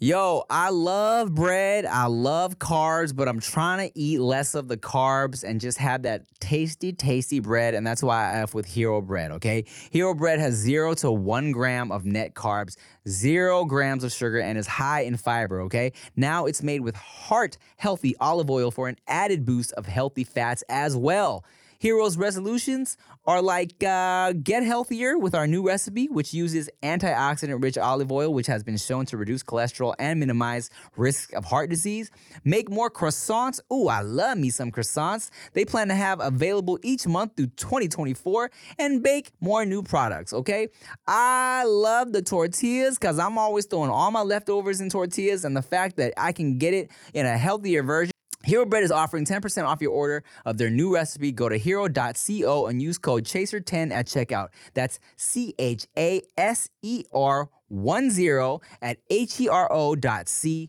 Yo, I love bread. I love carbs, but I'm trying to eat less of the carbs and just have that tasty, tasty bread. And that's why I F with Hero Bread, okay? Hero Bread has zero to one gram of net carbs, zero grams of sugar, and is high in fiber, okay? Now it's made with heart healthy olive oil for an added boost of healthy fats as well. Hero's resolutions are like uh, get healthier with our new recipe, which uses antioxidant rich olive oil, which has been shown to reduce cholesterol and minimize risk of heart disease. Make more croissants. Ooh, I love me some croissants. They plan to have available each month through 2024 and bake more new products, okay? I love the tortillas because I'm always throwing all my leftovers in tortillas, and the fact that I can get it in a healthier version. Hero Bread is offering 10% off your order of their new recipe. Go to hero.co and use code CHASER10 at checkout. That's C H A S E R 1 0 at H E R O dot C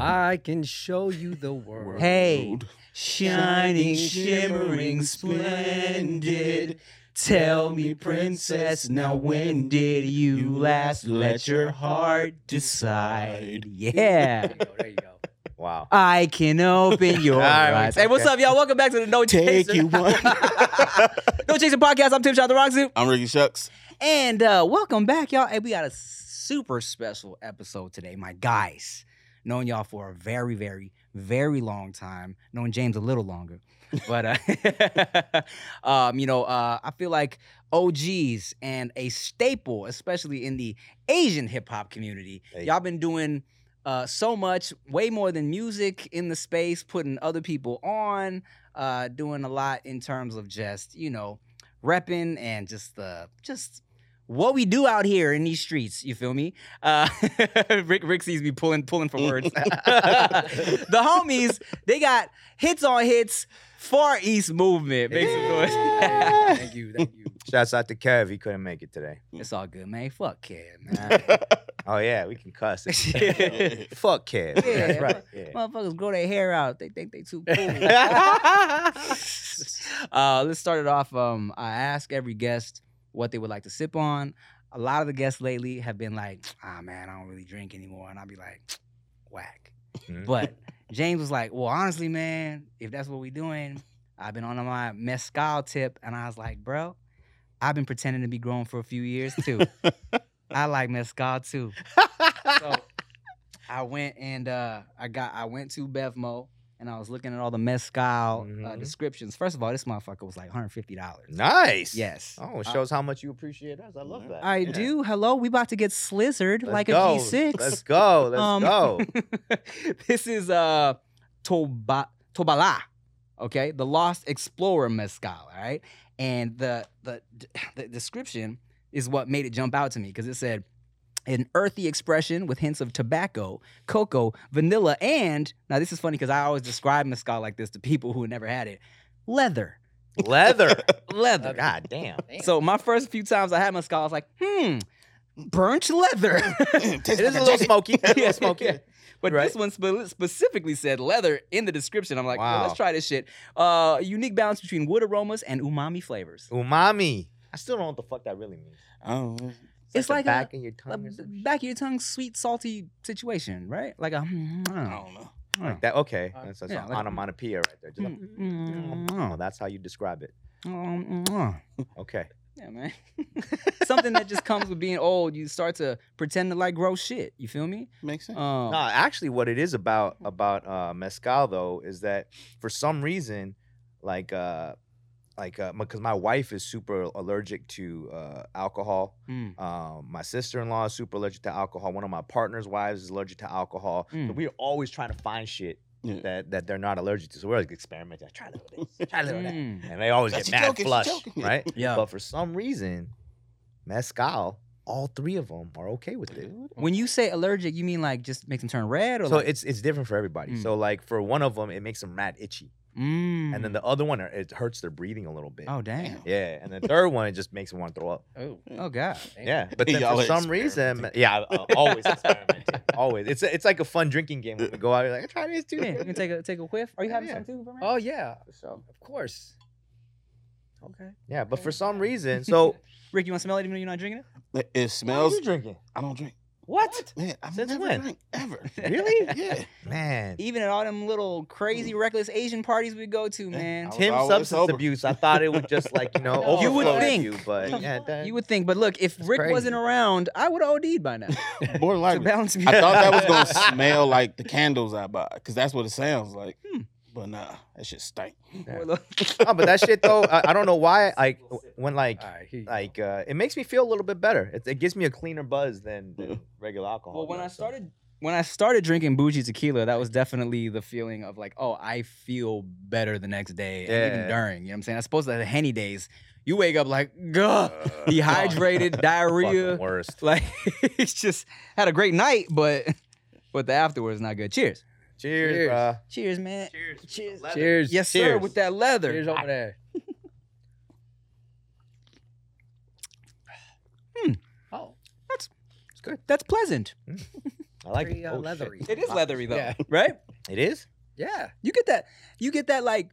I can show you the world. Hey, shining, shimmering, splendid. Tell me, princess, now when did you last let your heart decide? Yeah. There you go. Wow. I can open your All right, eyes. Hey, what's up, y'all? Welcome back to the No Take Chaser. you one. no Chaser podcast. I'm Tim Shot the Rock Zoo. I'm Ricky Shucks. And uh, welcome back, y'all. Hey, we got a super special episode today. My guys, known y'all for a very, very, very long time. Known James a little longer. But, uh, um, you know, uh, I feel like OGs and a staple, especially in the Asian hip hop community. Hey. Y'all been doing uh, so much, way more than music in the space, putting other people on, uh, doing a lot in terms of just, you know, repping and just the, just what we do out here in these streets. You feel me? Uh, Rick, Rick sees me pulling, pulling for words. the homies, they got hits on hits. Far East movement. Make some noise. Thank you. Thank you. Shouts out to Kev. He couldn't make it today. It's all good, man. Fuck kid, man. Oh yeah, we can cuss. Yeah. Fuck Kev. Yeah, That's right. Yeah. Motherfuckers grow their hair out. They think they too cool. uh, let's start it off. Um, I ask every guest what they would like to sip on. A lot of the guests lately have been like, "Ah, man, I don't really drink anymore," and I'll be like, "Whack." Mhm. But James was like, "Well, honestly, man, if that's what we doing, I've been on my mezcal tip," and I was like, "Bro, I've been pretending to be grown for a few years too. I like mezcal too." so I went and uh, I got I went to Bevmo and I was looking at all the mezcal uh, Mhm. descriptions. First of all, this motherfucker was like 150 dollars. Nice. Yes. Oh, it shows how much you appreciate us. I love that. Uh, I Yeah. do. Hello, we about to get slizzard Let's like go. a Um, G6. Let's go. Let's go. this is uh Toba Tobala, okay? The Lost Explorer mezcal, all right? And the the the description is what made it jump out to me because it said an earthy expression with hints of tobacco, cocoa, vanilla, and now this is funny because I always describe mezcal like this to people who had never had it. Leather, Leather. leather. Ah, God Oh, damn. So my first few times I had mezcal, I was like, hmm, burnt leather. It is a little smoky. A little smoky. Yeah. But Right. this one spe- specifically said leather in the description. I'm like, well, Wow. let's try this shit. Uh, unique balance between wood aromas and umami flavors. Umami. I still don't know what the fuck that really means. Oh, It's like the back a- of your A tongue. or some Uh, b- back of your tongue, sweet, salty situation, right? Like a. mm, I Oh, don't know. shit. that okay. That's, that's Uh, Yeah, an like- onomatopoeia right there. Just like, Mm, mm, Oh, that's how you describe it. mm, mm, mm. Okay. Yeah, Yeah, man. Something that just comes with being old. You start to pretend to like gross shit. You feel me? Makes sense. Um, No, actually, what it is about about uh, mezcal though is that for some reason, like uh, like because my wife is super allergic to uh, alcohol. Hmm. Mm. Um, my sister in law is super allergic to alcohol. One of my partner's wives is allergic to alcohol. So Mm. we're always trying to find shit. Hmm. Yeah. That, that they're not allergic to, so we're like experimenting. Try a little this, try a little that, mm. and they always That's get a mad joke, it's a flush, joke. right? Yeah. But for some reason, mezcal, all three of them are okay with it. When you say allergic, you mean like just makes them turn red or So like, it's it's different for everybody. Mm. So like for one of them, it makes them mad itchy, mm. and then the other one, uh, it hurts their breathing a little bit. oh damn Yeah, and the third one, it just makes them want to throw up. Oh. oh god Yeah, but then Y'all for are some reason, experimenting. yeah, I- I always experimenting. Always, it's a, it's like a fun drinking game. When we go out, you're like, I try this too. yeah you can take a take a whiff are you having Yeah. some too Vermac? Oh yeah, so of course. Okay. Yeah, but for some reason, so Rick you want to smell it even though you're not drinking it It- It what are smells. you drinking? I don't drink. what Man, I've Since never when? drank ever. Really? Yeah. Man, even at all them little crazy reckless Asian parties we go to man I was Tim always substance sober. abuse. I thought it would just like you know No. You would overflow at think. you, but yeah, that, you would think but look if Rick wasn't crazy. around I would have OD'd by now More to likely. balance me I out. thought that was gonna smell like the candles I buy, cause that's what it sounds like. Hmm. But nah, that shit stank. Boy, look. No, Oh, but that shit though, I, I don't know why. Like when like All right. Here you go. like uh, it makes me feel a little bit better. It, it gives me a cleaner buzz than, than regular alcohol. Mm-hmm. Well, when does, I so. started when I started drinking bougie tequila, that was definitely the feeling of like, oh, I feel better the next day, and Yeah. even during. You know what I'm saying? I suppose that the henny days, you wake up like, gah, dehydrated, diarrhea. Fucking worst. Like, it's just had a great night, but but the afterwards is not good. Cheers. Cheers, Cheers. bruh. Cheers, man. Cheers. Cheers. Cheers. Yes, sir. Cheers. With that leather. Cheers over there. Hmm. Oh, That's pleasant. I like very it. uh, Oh, leathery. It is leathery though, Yeah. right? Shit. It is. Yeah. You get that. You get that like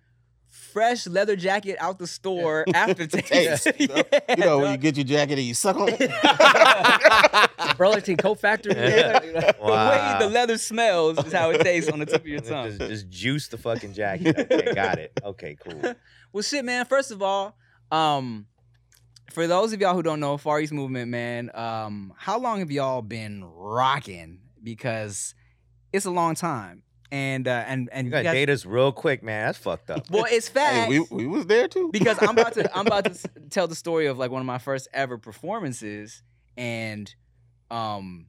fresh leather jacket out the store aftertaste. Taste, you know? You know when you dog. get your jacket and you suck on it. Burlington Coat Factory. Yeah. Wow. The way the leather smells is how it tastes on the tip of your tongue. Just, just juice the fucking jacket. Okay, got it. Okay, cool. Well, shit, man. First of all, um, for those of y'all who don't know Far East Movement, man, um, how long have y'all been rocking? Because it's a long time, and uh, and and You you gotta guys- date us real quick, man. That's fucked up. well, it's hey, fact we we was there too. because I'm about to I'm about to s- tell the story of like one of my first ever performances, and um,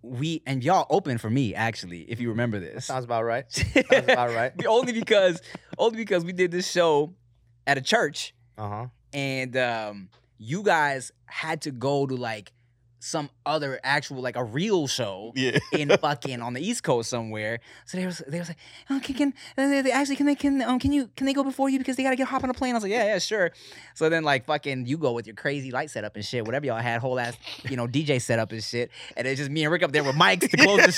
we and y'all opened for me actually, if you remember this. Sounds about right. Sounds about right. Be- only because only because we did this show at a church Uh huh. and um you guys had to go to like some other actual like a real show yeah. in fucking on the east coast somewhere so they was they was like oh, can, can and they, they actually can they can um can you can they go before you because they gotta get hop on a plane i was like yeah yeah sure so then like fucking you go with your crazy light setup and shit whatever y'all had whole ass you know dj setup and shit and it's just me and rick up there with mics to close the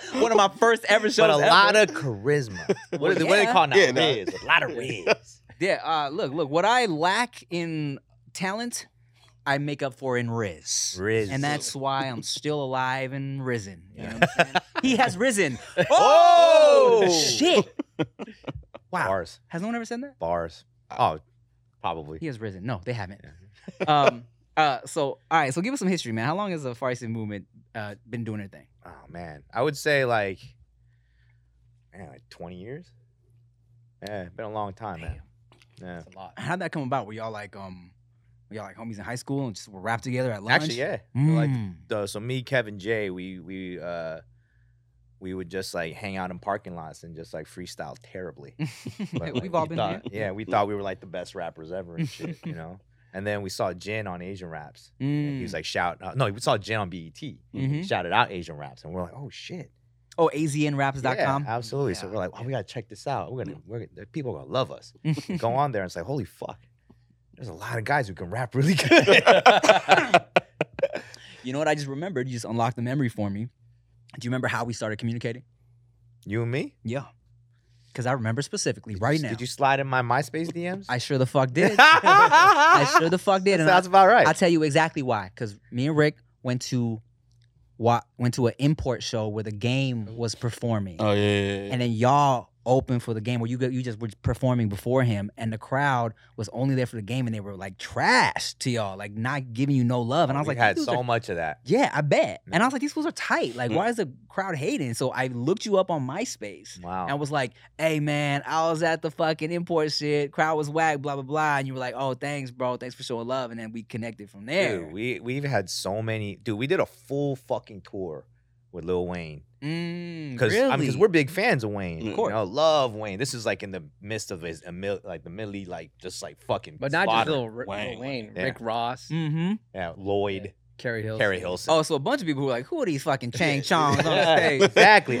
show one of my first ever shows But a ever. lot of charisma. What, is it, what do they yeah. call it now? Yeah, no. Riz. A lot of riz. Yeah, uh, look, look. What I lack in talent, I make up for in Riz. Riz. And that's why I'm still alive and risen. You know what I'm saying? he has risen. Oh, Oh! shit! Wow. bars. Has no one ever said that? Bars. Uh, Oh, probably. He has risen. No, they haven't. um. Uh. So, all right. So, give us some history, man. How long has the Far Eastern movement uh, been doing their thing? Oh man, I would say like, man, like twenty years. Yeah, been a long time, man. Yeah, That's a lot. How'd that come about? Were y'all like um, were y'all like homies in high school and just were wrapped together at lunch? actually, yeah. Mm. Like, uh, so me, Kevin, Jay, we we uh, we would just like hang out in parking lots and just like freestyle terribly. But, like, We've all we been thought, there. Yeah, we thought we were like the best rappers ever and shit, you know. And then we saw Jin on Asian Raps. And Hmm. Mm. he was like shout. Uh, no, we saw Jin on BET. Mhm. Shouted out Asian Raps, and we're like, oh shit. Oh, aznraps.com. Yeah, absolutely. So Yeah. we're like, oh, we gotta check this out. We're gonna, we're gonna, people are gonna love us. Go on there and it's like, holy fuck, there's a lot of guys who can rap really good. You know what? I just remembered. You just unlocked the memory for me. Do you remember how we started communicating? you and me, Yeah. Because I remember specifically right now. Did you slide in my MySpace DMs? I sure the fuck did. I sure the fuck did. And I, Sounds about right. I'll tell you exactly why. Because me and Rick went to wa- went to an import show where the game was performing. Oh yeah. yeah, yeah. And then y'all open for the game, where you go, you just were performing before him, and the crowd was only there for the game, and they were like trash to y'all, like not giving you no love. And I was Oh, we like, had "These dudes are so much of that. yeah, I bet. And I Mhm. was like, these fools are tight. Mm. Like, why is the crowd hating? So I looked you up on MySpace Wow. and was like, hey, man, I was at the fucking import shit. Crowd was whack, blah, blah, blah. And you were like, oh, thanks, bro. Thanks for showing love. And then we connected from there. Dude, we we've had so many. Dude, we did a full fucking tour with Lil Wayne Mm, because really? we're big fans of Wayne. Of course. you know, love Wayne. This is like in the midst of his amid, like the Millie, like just like fucking. But not just slaughter. little Rick, Wayne. Wayne, Yeah. Rick Ross, Mm-hmm. Yeah, Lloyd, Carrie Hill. Carrie Hilson. Oh, so a bunch of people were like, who are these fucking Chang Chongs on the stage? exactly.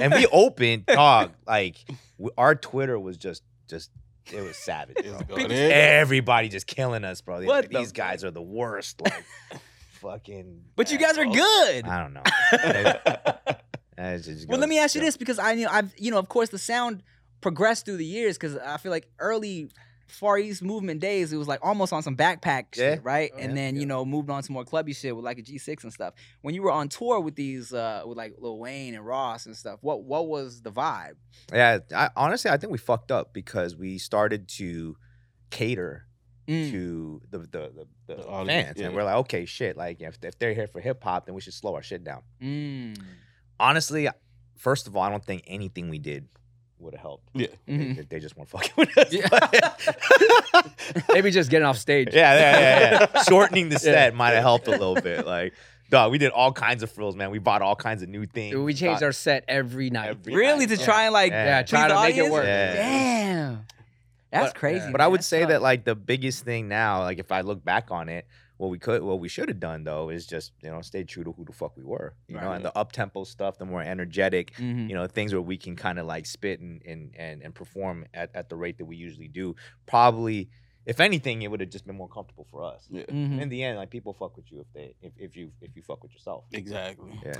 And we opened, dog. Like w- our Twitter was just, just it was savage. It's Bro. good. Everybody just killing us, bro. They- What like, the These guys are the worst. Like, fucking. But you guys are assholes. good. I don't know. That's just Well, goes let me to ask you show. this because I knew I've you know of course the sound progressed through the years because I feel like early Far East movement days it was like almost on some backpack Yeah. shit right Oh, and yeah. then Yeah. you know moved on to more clubby shit with like a G6 and stuff when you were on tour with these uh with like Lil Wayne and Ross and stuff what what was the vibe Yeah, I, honestly, I think we fucked up because we started to cater Mm. Hmm. to the the the, the, The audience, fans, yeah. and we're like, okay, shit. Like, if, if they're here for hip hop, then we should slow our shit down. Mm. Mm-hmm. honestly, first of all, I don't think anything we did would have helped. Yeah. They- Mhm. They, they just weren't fucking with us. Yeah. But- Maybe just getting off stage. yeah, yeah, yeah, yeah. Shortening the Yeah. set might have helped a little bit. Like, dog, we did all kinds of frills, man. We bought all kinds of new things. We changed our set every night. Every- really to Yeah. try and like Yeah. yeah, please trying the to make it audience? work. Yeah. damn that's But- crazy yeah. But man. I would That's say tough. that like the biggest thing now, like if I look back on it, what we could, what we should have done though, is just you know stay true to who the fuck we were, you know, Right. and the up tempo stuff, the more energetic, Mhm. you know things where we can kind of like spit and and and, and perform at, at the rate that we usually do probably if anything it would have just been more comfortable for us Yeah. Mhm. in the end like people fuck with you if they if, if you if you fuck with yourself Exactly. yeah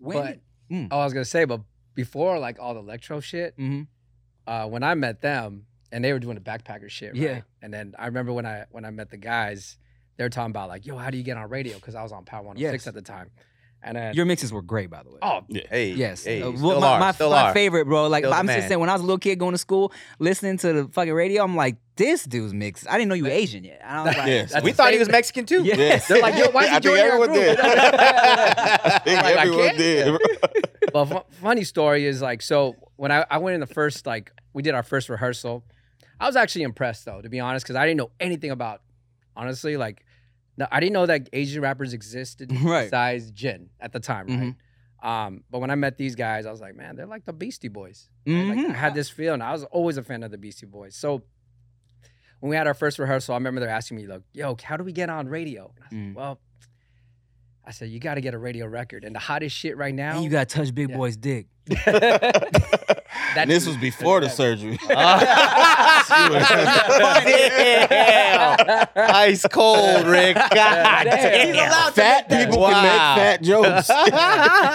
When But- did- Mm. Oh, I was gonna say, but before like all the electro shit, Mm-hmm. Mhm. uh, when I met them and they were doing the backpacker shit, right? Yeah. And then I remember when I when I met the guys, they were talking about like, yo, how do you get on radio? Because I was on Power 106 Yes. at the time, and then your mixes were great by the way oh hey Yes. hey, Uh, you well, still my, are, my, still my are. favorite, bro. Like Still the I'm just man. saying, when I was a little kid going to school, listening to the fucking radio, I'm like, this dude's mixed. I didn't know you were Asian yet. And I was like, Yes. that's we the thought he same was thing. mexican too Yes. They're like, yo, why is I he think joining our everyone group? did. I think Like, I everyone can't. did. well, fu- funny story is like, so when I, I went in the first, like, we did our first rehearsal, I was actually impressed though, to be honest, because I didn't know anything about, honestly, like, no, I didn't know that Asian rappers existed Right. Mm-hmm. besides Jin at the time, right? Um, but when I met these guys, I was like, man, they're like the Beastie Boys. Right? Like, Mhm. I had this feeling. I was always a fan of the Beastie Boys. So when we had our first rehearsal, I remember they're asking me, like, yo, how do we get on radio? And I said, Mm. well, I said, you got to get a radio record. And the hottest shit right now. And you gotta touch Big Yeah. Boy's dick. And this was before the surgery. Uh. Damn. ice cold rick Damn. god damn. He's allowed fat people Wow. can make fat jokes.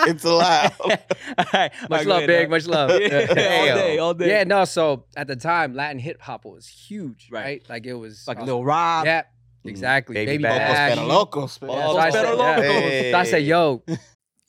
it's allowed. All right. much love, big. Much love. yeah. All Damn. day, all day. Yeah, no. So at the time, Latin hip hop was huge, Right. right? Like it was Like I was- Lil Rob. Yeah, exactly. Baby Mm, Baby, Bash. Bash. Los Locos. man. So I, Los said, Petalocos. yeah. So I said, Hey. "Yo,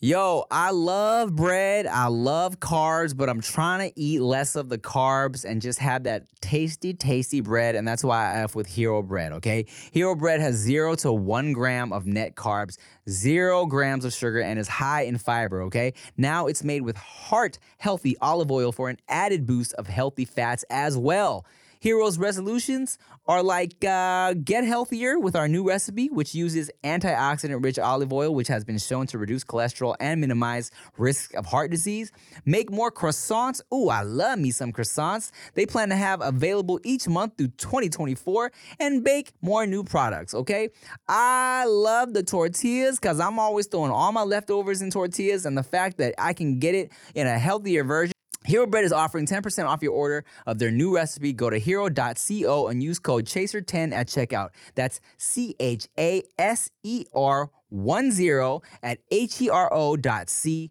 Yo, I love bread. I love carbs, but I'm trying to eat less of the carbs and just have that tasty, tasty bread. And that's why I F with Hero Bread, okay? Hero Bread has zero to one gram of net carbs, zero grams of sugar, and is high in fiber, okay? Now it's made with heart healthy olive oil for an added boost of healthy fats as well. Hero's resolutions are like uh, get healthier with our new recipe, which uses antioxidant rich olive oil, which has been shown to reduce cholesterol and minimize risk of heart disease. Make more croissants. Ooh, I love me some croissants. They plan to have available each month through 2024 and bake more new products, okay? I love the tortillas because I'm always throwing all my leftovers in tortillas, and the fact that I can get it in a healthier version. Hero Bread is offering 10% off your order of their new recipe. Go to hero.co and use code CHASER10 at checkout. That's C H A S E R 10 at H E R O dot C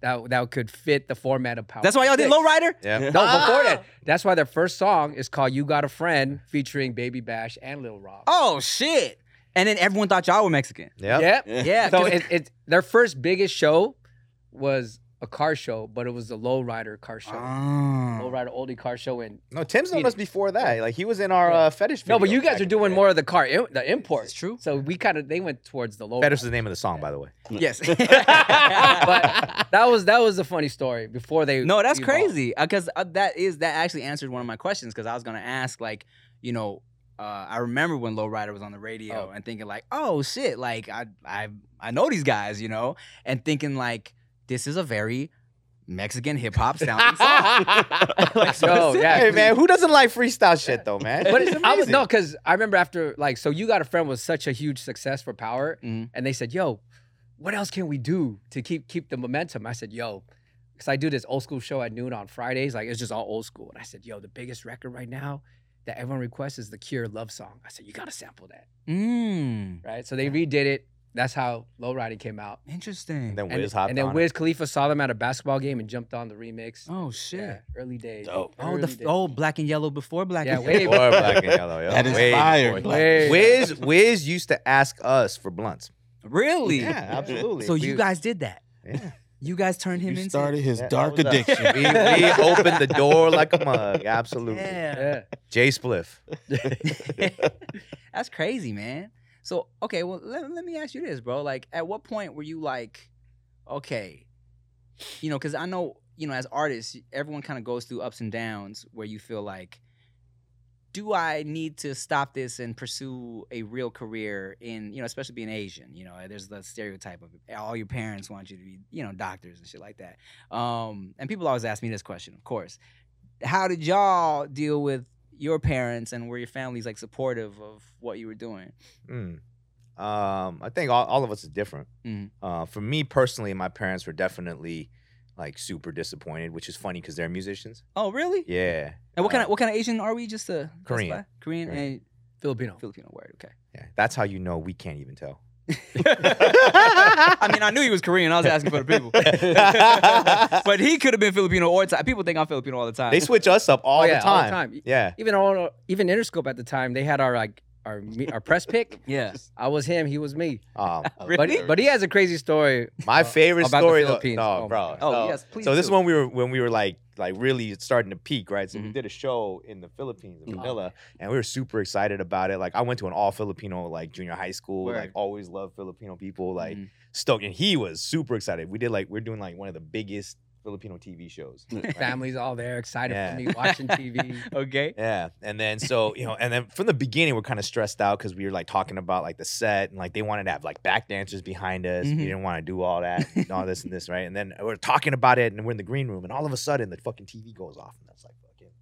that that could fit the format of Power. That's why y'all did Six." Lowrider? Yeah. No, before that, that's why their first song is called "You Got a Friend" featuring Baby Bash and Lil Rob. Oh, shit. And then everyone thought y'all were Mexican. Yeah. Yep. Yeah. So 'cause- it, it their first biggest show was a car show, but it was the Lowrider car show, Ah. Oh. Lowrider oldie car show. And No, Tim's Beat was before that. Like he was in our Yeah. uh, fetish. no, but video you guys back are in the doing day. more of the car, im- the import. It's true. So we kind of they went towards the low. Fetish is the name of the song, by the way. Yes. but that was that was a funny story before they. No, that's evolved. crazy because uh, that is that actually answered one of my questions because I was gonna ask like you know uh, I remember when Lowrider was on the radio Oh. and thinking like oh shit like I I I know these guys you know and thinking like this is a very Mexican hip hop sounding song. Like, so Yo, it's- yeah, hey man, who doesn't like freestyle shit though, man? But It's it- I was amazing. no, because I remember after like so you got a friend was such a huge success for Power, Mhm. and they said, "Yo, what else can we do to keep keep the momentum?" I said, "Yo." Cause I do this old school show at noon on Fridays, like it's just all old school. And I said, "Yo, the biggest record right now that everyone requests is the Cure love song." I said, "You gotta sample that, Mm-hmm. Mm, right?" So they redid it. That's how Low Riding came out. interesting. And then And, Wiz hopped and then on. it. Wiz Khalifa saw them at a basketball game and jumped on the remix. oh shit. Yeah, early days. Dope. Oh the Early f- days. oh black and yellow before black. Yeah, and way Yellow. back. Or black and yellow, yo. That is Way fire. before. Way- Wiz Wiz used to ask us for blunts. Really? Yeah, absolutely. So you We- guys did that. yeah. You guys turned him You into. started his Yeah, dark that was us. addiction. we, we opened the door like a mug. Absolutely. Yeah. Yeah. Jay Spliff. That's crazy, man. So, okay, well, let, let me ask you this, bro. Like, at what point were you like, okay, you know, because I know, you know, as artists, everyone kind of goes through ups and downs where you feel like, do I need to stop this and pursue a real career in, you know, especially being Asian? You know, uh, there's the stereotype of all your parents want you to be, you know, doctors and shit like that. Um, and people always ask me this question, of course. How did y'all deal with your parents and were your families like supportive of what you were doing? Mm. Um, I think all, all of us is different. Mhm. Mm-hmm. Uh, for me personally, my parents were definitely like super disappointed, which is funny because they're musicians. Oh, really? Yeah. And what kind Uh, of what kind of Asian are we? Just a Korean. Korean, Korean. and Filipino. Filipino word. Okay. Yeah, that's how you know we can't even tell. I mean, I knew he was Korean. I was asking for the people, but he could have been Filipino or Thai. People think I'm Filipino all the time. They switch us up all, Oh, yeah, the, time. all the time. Yeah. even on even Interscope at the time, they had our like our me- our press pick. Yeah. I was him, he was me. Um, Really? But but he has a crazy story. my uh, favorite about the story. though- Philippines. No, Oh my bro. God. Oh no. yes, please. So this is do. when we were when we were like like really starting to peak, right? So we Mhm. did a show in the Philippines, in Mhm. Manila, and we were super excited about it. Like I went to an all Filipino like junior high school, Word. like always loved Filipino people, like Mhm. stoked, and he was super excited. We did like we're doing like one of the biggest Filipino TV shows. right? Families all there, excited Yeah. for me, watching TV. okay. Yeah, and then so you know, and then from the beginning we're kind of stressed out because we were like talking about like the set and like they wanted to have like back dancers behind us. Mhm. We didn't want to do all that and all this and this, right? And then we're talking about it and we're in the green room and all of a sudden the fucking TV goes off and that's like fucking.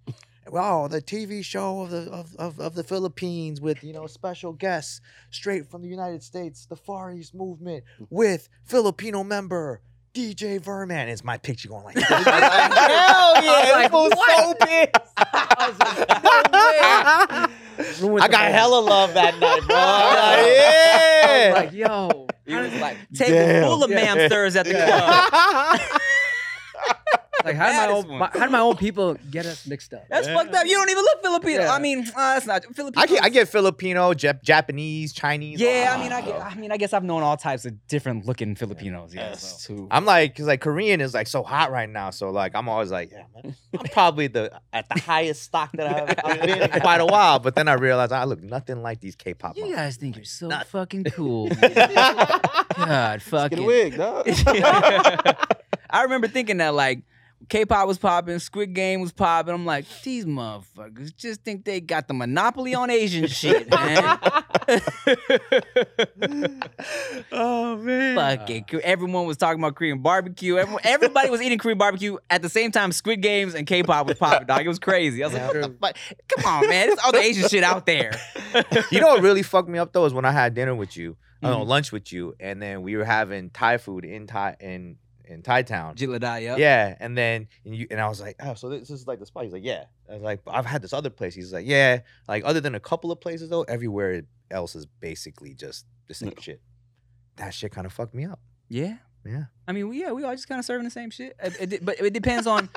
Wow, the TV show of the of, of, of the Philippines with you know special guests straight from the United States, the Far East movement with Filipino member DJ Verman. It's my picture going like, hell I was like, was so I was like, no way. Ruined I the got whole- hella love that night, bro. I was I yeah. was like, yo. He was like Damn. table full of Yeah. mamsters at the club. Like how did my baddest old one. my, how did my old people get us mixed up? That's fucked up. You don't even look Filipino. Yeah. I mean, uh, that's not Filipino. I get, I get Filipino, Jap- Japanese, Chinese. yeah, all I mean, I, that, get, bro. I mean, I guess I've known all types of different looking Filipinos. Yeah, so. I'm like, cause like Korean is like so hot right now, so like I'm always like, yeah, man, I'm probably the at the highest stock that I've, I've been in quite a while. But then I realized I look nothing like these K-pop. You models. guys think you're so fucking cool. man. God, fucking wig, dog. I remember thinking that like K-pop was popping, Squid Game was popping. I'm like, these motherfuckers just think they got the monopoly on Asian shit, man. oh man, Fucking cr- everyone was talking about Korean barbecue. Everyone, everybody was eating Korean barbecue at the same time. Squid Games and K-pop was popping, dog. It was crazy. I was like, what the fuck? Come on, man. It's all the Asian shit out there. you know what really fucked me up though is when I had dinner with you, I Mm-hmm. know, lunch with you, and then we were having Thai food in Thai in in Thai town. Jiladai, yeah. Yeah, and then and you and I was like, oh, so this, this is like the spot. He's like, yeah. I was like, but I've had this other place. He's like, yeah. Like other than a couple of places though, everywhere else is basically just the same shit. That shit kind of fucked me up. Yeah. Yeah. I mean, we- yeah, we all just kind of serving the same shit. It- it de- but it depends on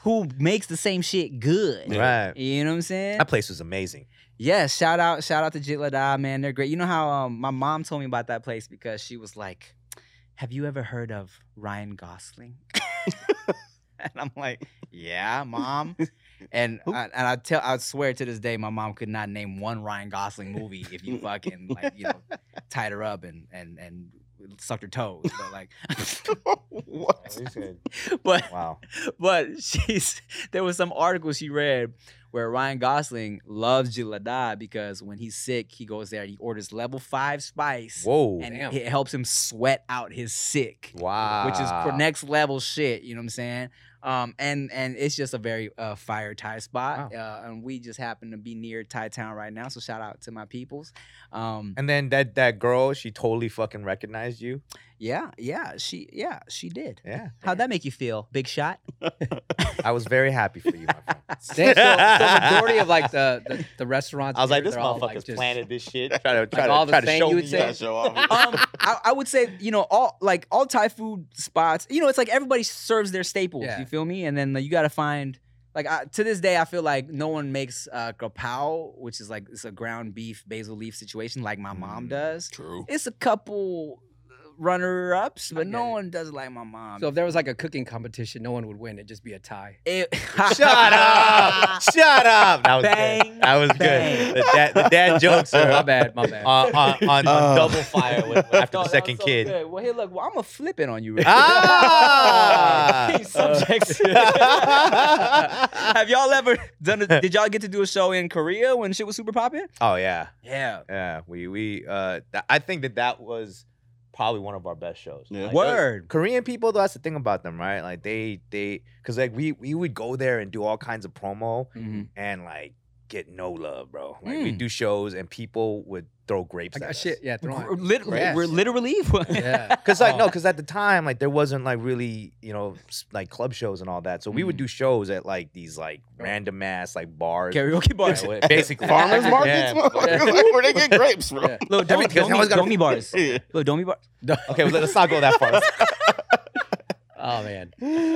who makes the same shit good. Right. You know what I'm saying? That place was amazing. Yeah, shout out, shout out to Jitla Da, man. They're great. You know how um, my mom told me about that place because she was like, "Have you ever heard of Ryan Gosling?" and I'm like, "Yeah, mom." And I, and I tell, I swear to this day, my mom could not name one Ryan Gosling movie if you fucking like you know tied her up and and and sucked her toes. But like, what? but Wow. but she's there was some article she read where Ryan Gosling loves Gilada because when he's sick, he goes there and he orders level five spice. Whoa. And Damn. it helps him sweat out his sick. Wow. Which is for next level shit. You know what I'm saying? Um, and and it's just a very uh, fire Thai spot. Uh, and we just happen to be near Thai Town right now. So shout out to my peoples. Um, And then that that girl, she totally fucking recognized you. yeah, yeah, she yeah, she did. Yeah. How'd that make you feel? Big shot? I was very happy for you, my friend. Damn, so, so majority of like the the, the restaurants. I was like, here, this they're all, motherfucker's just- planted this shit. Try to, try like to, all the try to same show you me would that. say? um, I, I would say you know all like all Thai food spots. You know, it's like everybody serves their staples. Yeah. You feel me? And then like, you got to find like I, to this day, I feel like no one makes uh, gapao, which is like it's a ground beef basil leaf situation, like my mom Mm. does. True. It's a couple runner ups, but no get it. one does it like my mom. So if there was like a cooking competition, no one would win. It'd just be a tie. It- Shut up! Shut up! That was Bang, good. That was bang. good. The dad, the dad jokes are My bad, my bad. on, Uh, on, on, Oh. on double fire when, when- after No, that the second was so kid. good. Well, hey, look, well, I'm gonna flip it on you. Ricky. Ah! These subjects. Have y'all ever done? A, did y'all get to do a show in Korea when shit was super popping? Oh yeah, Yeah. yeah. We we uh, th- I think that that was probably one of our best shows. Yeah. uh, Like, Word. Korean people, though, that's the thing about them, right? Like they they, cause like we we would go there and do all kinds of promo, Mm-hmm. and like get no love, bro. Like we Mm. do shows and people would throw grapes Like at uh, us. shit, yeah, We're, throwing. lit- Yes. we're literally. Yeah. Cause like Oh. no, cause at the time like there wasn't like really you know s- like club shows and all that, so we would do shows at like these like random ass like bars, Karaoke Yeah, bars. wa- basically Farmers Yeah. markets, motherfucker, where they get grapes from. Yeah. Little domi, Everything- 'cause domi, everyone's got a- domi bars. Yeah. Little domi bars. Okay, well, let's not go that far, Oh man.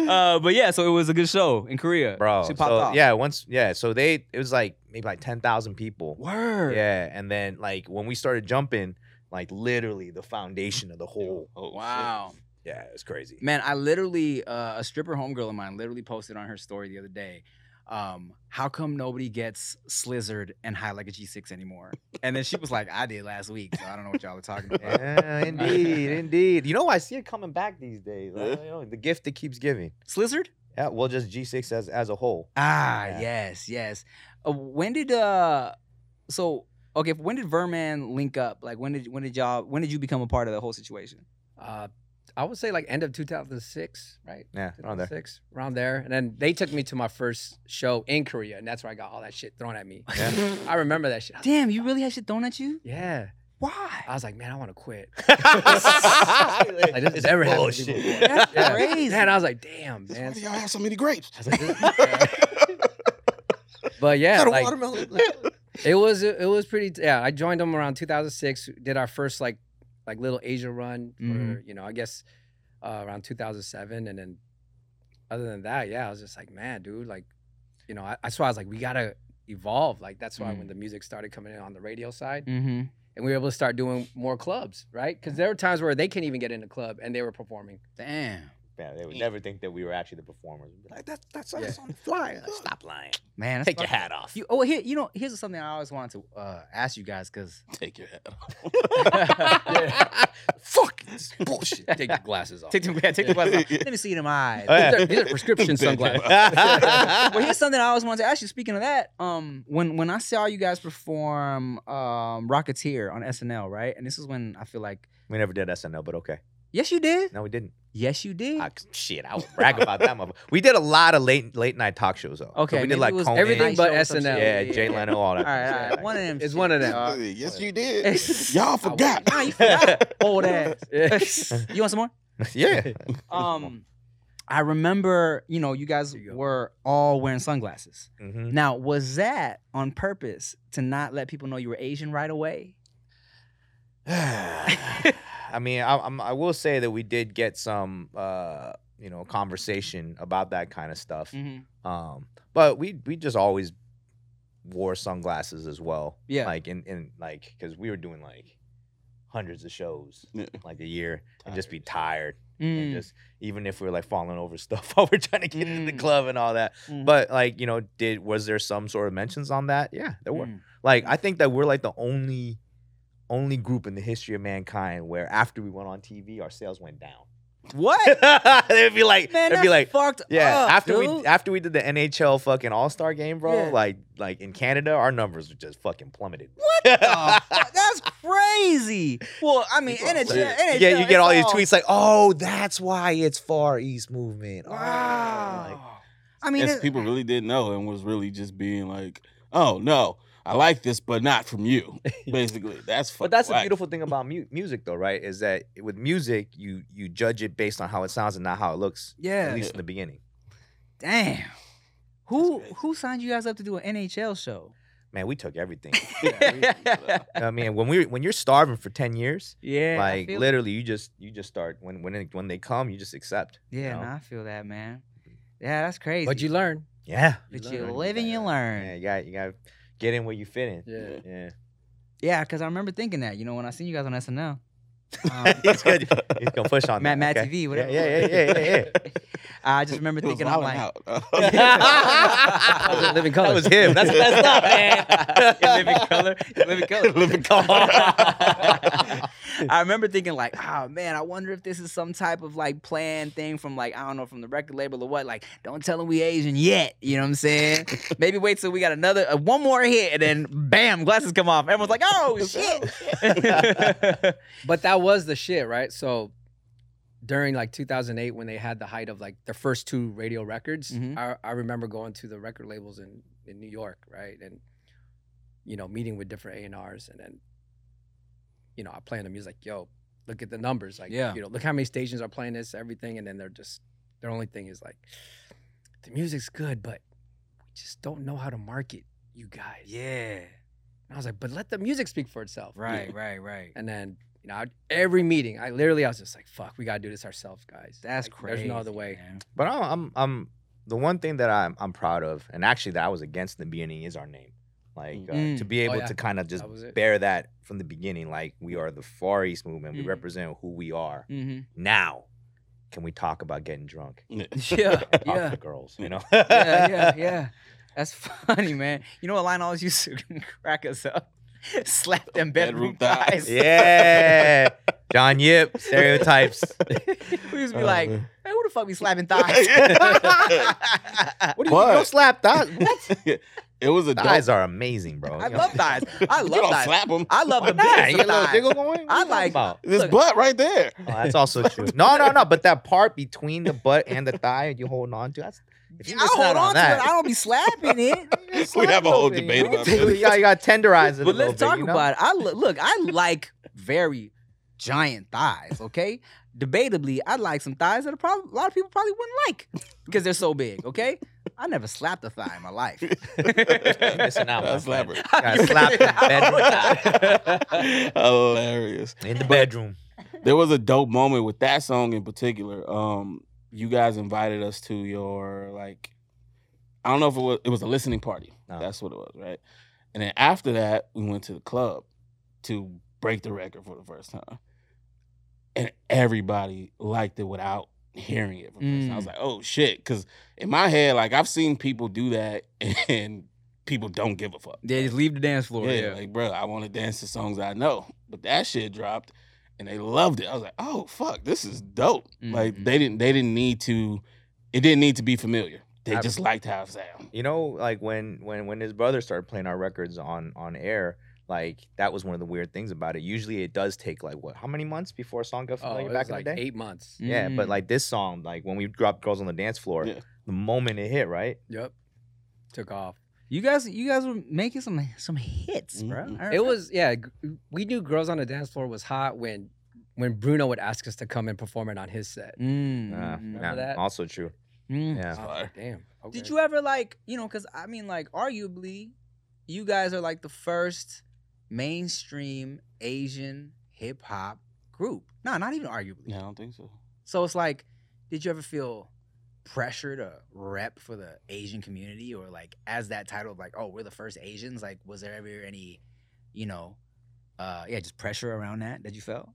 Uh, but yeah, so it was a good show in Korea, bro. She popped so, off. Yeah, once yeah, so they it was like maybe like ten thousand people. Word. Yeah, and then like when we started jumping, like literally the foundation of the whole. Oh, Wow. Yeah, it was crazy. Man, I literally uh, a stripper homegirl of mine literally posted on her story the other day. Um, how come nobody gets slizzard and high like a G6 anymore? And then she was like, I did last week, so I don't know what y'all are talking about. Yeah, indeed, indeed. You know, I see it coming back these days. I don't know, the gift that keeps giving. Slizzard? Yeah, well, just G6 as as a whole. Ah, Yeah. yes, yes. Uh, when did uh so okay, when did Verman link up? Like when did when did y'all when did you become a part of the whole situation? Uh, I would say like end of 2006, right? Yeah, around there. 2006, around there. And then they took me to my first show in Korea, and that's where I got all that shit thrown at me. I remember that shit. I was like, Damn, you really had shit thrown at you? yeah. Why? I Uh, was like, man, I want to quit. like, Like this has never happened to me bullshit. before. That's Yeah. crazy. Man, I was like, damn, Why man. do y'all have so many grapes? I was like, this- yeah. But yeah, Is that a like, watermelon? it was it was pretty. Yeah, I joined them around 2006. Did our first like like little Asia run, for, Mhm. you know, I guess uh, around 2007, and then other than that, yeah, I was just like, man, dude, like, you know, I, that's why I was like, we gotta evolve. Like that's why Mhm. when the music started coming in on the radio side, Mhm. and we were able to start doing more clubs, right? Because there were times where they couldn't even get in the club and they were performing. Damn. Yeah, they would never think that we were actually the performers. We'd be like, that's that's Yeah. us on the fly. Like, Stop lying. Man, that's Take your fucking- hat off. You, oh, here, you know, here's something I always wanted to uh, ask you guys because take your hat off. Fuck this bullshit. Take your glasses off. Take them, yeah, take the glasses off. Let me see them eyes. Oh, yeah. These are- these are prescription sunglasses. well, here's something I always wanted to ask you. Speaking of that, um, when when I saw you guys perform um Rocketeer on SNL, right? And this is when I feel like, We never did SNL, but okay. yes, you did. No, we didn't. Yes, you did. I, shit, I would brag about that. motherfucker. We did a lot of late late night talk shows though. So Okay, we maybe did like it was Conan, Everything but Night Show or some SNL. shit. Yeah, Jay Leno, all All that. right, all right. One of them. It's one of them. shits, dog. yes, you did. It's- Y'all I would- forgot. Nah, you forgot. Old ass. Yeah. You want some more? yeah. Um, I remember, you know, you guys were all wearing sunglasses. hmm Now, was that on purpose to not let people know you were Asian right away? I mean, I, I'm, I will say that we did get some, uh, you know, conversation about that kind of stuff. Mm-hmm. Um, but we we just always wore sunglasses as well. Yeah. Like in, in like because we were doing like hundreds of shows Yeah. like a year and just be tired Mm. and just even if we were like falling over stuff while we're trying to get in the Mm. club and all that. Mm. But like you know, did was there some sort of mentions on that? Yeah, there were. Mm. Like I think that we're like the only only group in the history of mankind where after we went on TV, our sales went down. What? they'd be like, Man, they'd that's be like, fucked yeah. up, after dude. we after we did the NHL fucking All Star game, bro, Yeah. like like in Canada, our numbers were just fucking plummeted. What the fuck? That's crazy. Well, I mean, are NHL, weird. NHL. yeah, you get it's all these tweets like, "Oh, that's why it's Far East movement." Oh, like, Wow. I mean, Yes, it- people really didn't know and was really just being like, "Oh no, I like this, but not from you." Basically, that's fucking But that's the whack. beautiful thing about mu- music, though, right? Is that with music, you you judge it based on how it sounds and not how it looks. Yeah. At least in the beginning. damn. Who who signed you guys up to do an NHL show? Man, we took everything. yeah, I mean, when we when you're starving for ten years, I like feel- literally, you just you just start when when it, when they come, you just accept. you Yeah, know? nah, I feel that, man. Yeah, that's crazy. But you learn. Yeah. But learn. you live and you Yeah, learn. you got you got to get in where you fit in. Yeah. Yeah. Yeah, because I remember thinking that, you know, when I seen you guys on SNL. Um, he's, gonna, he's gonna push on Matt, that. Matt okay? TV, whatever. Yeah, yeah, yeah, yeah, yeah. yeah. I just remember It was thinking, "Oh, I'm loud like, and That was that Living Color. was him. That's messed up, man. living color, living color, living color. I remember thinking like, oh man, I wonder if this is some type of like planned thing from like I don't know from the record label or what. Like, don't tell them we Asian yet. You know what I'm saying? Maybe wait till we got another uh, one more hit and then bam, glasses come off. Everyone's like, oh shit. But that was the shit, right? So during like 2008, when they had the height of like their first two radio records, Mhm. I, I remember going to the record labels in, in New York, right? And, you know, meeting with different A&Rs and then, you know, I playing the music, like, yo, look at the numbers. Like, Yeah. you know, look how many stations are playing this, everything. And then they're just, their only thing is like, the music's good, but we just don't know how to market you guys. yeah. And I was like, but let the music speak for itself. Right. Right. Right. And then, you know, I, every meeting, I literally, I was just like, fuck, we got to do this ourselves, guys. That's Like, crazy. There's no other way. man. But I'm, I'm, I'm the one thing that I'm, I'm proud of, and actually that I was against in the beginning is our name. Like uh, Mm. to be Oh, able yeah. to kind of just That was it. bear that from the beginning, like we are the Far East movement. Mm. We represent who we are Mhm. now. Can we talk about getting drunk? Yeah. Talk Yeah. to girls, you know. yeah, yeah, yeah. That's funny, man. You know what line always used to crack us up? Slap them bedroom Bedroom thighs. thighs. Yeah. John Yip stereotypes. we used to be Uh-huh. like, man, who the fuck be slapping thighs? What do you, But- you don't slap thighs? What? it was a thighs are amazing, bro. I love thighs. I You love don't thighs. slap them. I love the Yeah, biggest you get a little thighs. jiggle going. What I you talking like- about? This Look. butt right there. Oh, that's also true. No, no, no. But that part between the butt and the thigh you holding on to, that's if you I miss hold out on on to it. I that. don't be slapping it. We have a whole Slap debate about you know? this. Yeah, you got tenderized it. But let's talk about it. I lo- look, I like very giant thighs. Okay, debatably, I like some thighs that a, prob- a lot of people probably wouldn't like because they're so big. Okay, I never slapped a thigh in my life. You're missing out. That's my elaborate. friend. You gotta slap in the bedroom. Hilarious. In the bedroom. There was a dope moment with that song in particular. Um, you guys invited us to your like I don't know if it was it was a listening party. That's what it was, right? And then after that, we went to the club to break the record for the first time. And everybody liked it without hearing it. From us. And I was Mm. like, oh shit. Cause in my head, like I've seen people do that and people don't give a fuck. They just leave the dance floor. Yeah. Like, bro, I want to dance to songs I know. But that shit dropped and they loved it. I was like, oh fuck, this is dope. Mm-hmm. Like they didn't they didn't need to it didn't need to be familiar. They just liked how it sounded. You know, like when when when his brother started playing our records on on air, like that was one of the weird things about it. Usually, it does take like what how many months before a song got Oh, familiar it back was in like the day? eight months. Yeah, but Mm. like this song, like when we dropped "Girls on the Dance Floor," Yeah. the moment it hit, right? Yep. Took off. You guys, you guys were making some some hits, bro. I Mm-hmm. It remember. was yeah. g- We knew girls on the dance floor was hot when when Bruno would ask us to come and perform it on his set. Mm. Uh, Mm-hmm. Remember yeah, that? Hmm. Also true. I was Yeah. like, Damn. Did you ever like, you know, because I mean, like, arguably, you guys are like the first mainstream Asian hip hop group. No, not even arguably. Yeah, I don't think so. So it's like, did you ever feel pressure to rep for the Asian community or like as that title of like, oh, we're the first Asians? Like, was there ever any, you know, uh, yeah, just pressure around that that you felt?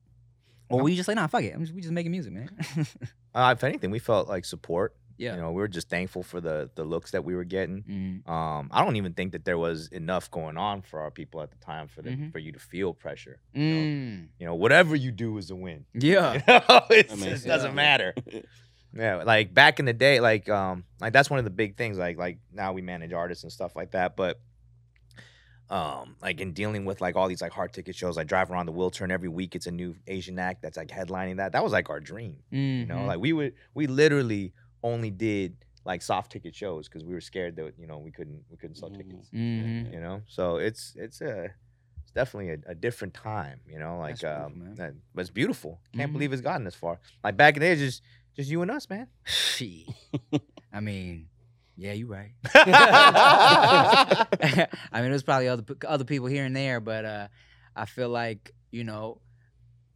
Or were you just like, nah, fuck it. I'm just, we just making music, man. Uh, if anything, we felt like support. Yeah. You know, we were just thankful for the the looks that we were getting. Um, I don't even think that there was enough going on for our people at the time for them Mm-hmm. Mhm. for you to feel pressure. Mm. You know, whatever you do is a win. Yeah. You know, That it's- it makes doesn't sense. matter. Yeah, like back in the day, like um, like that's one of the big things. Like like now we manage artists and stuff like that, but um, like in dealing with like all these like hard ticket shows, I drive around the wheel turn every week. It's a new Asian act that's like headlining that. That was like our dream. You know, Mm-hmm. Mhm. like we would we literally only did like soft ticket shows because we were scared that you know we couldn't we couldn't sell tickets. Mhm. You know, so it's it's a it's definitely a, a different time. You know, like um, that, but it's beautiful. Can't Mhm. believe it's gotten this far. Like back in the day, it's just just you and us, man. Shit. I mean, yeah, you right. I mean, it was probably other p- other people here and there, but uh, I feel like you know,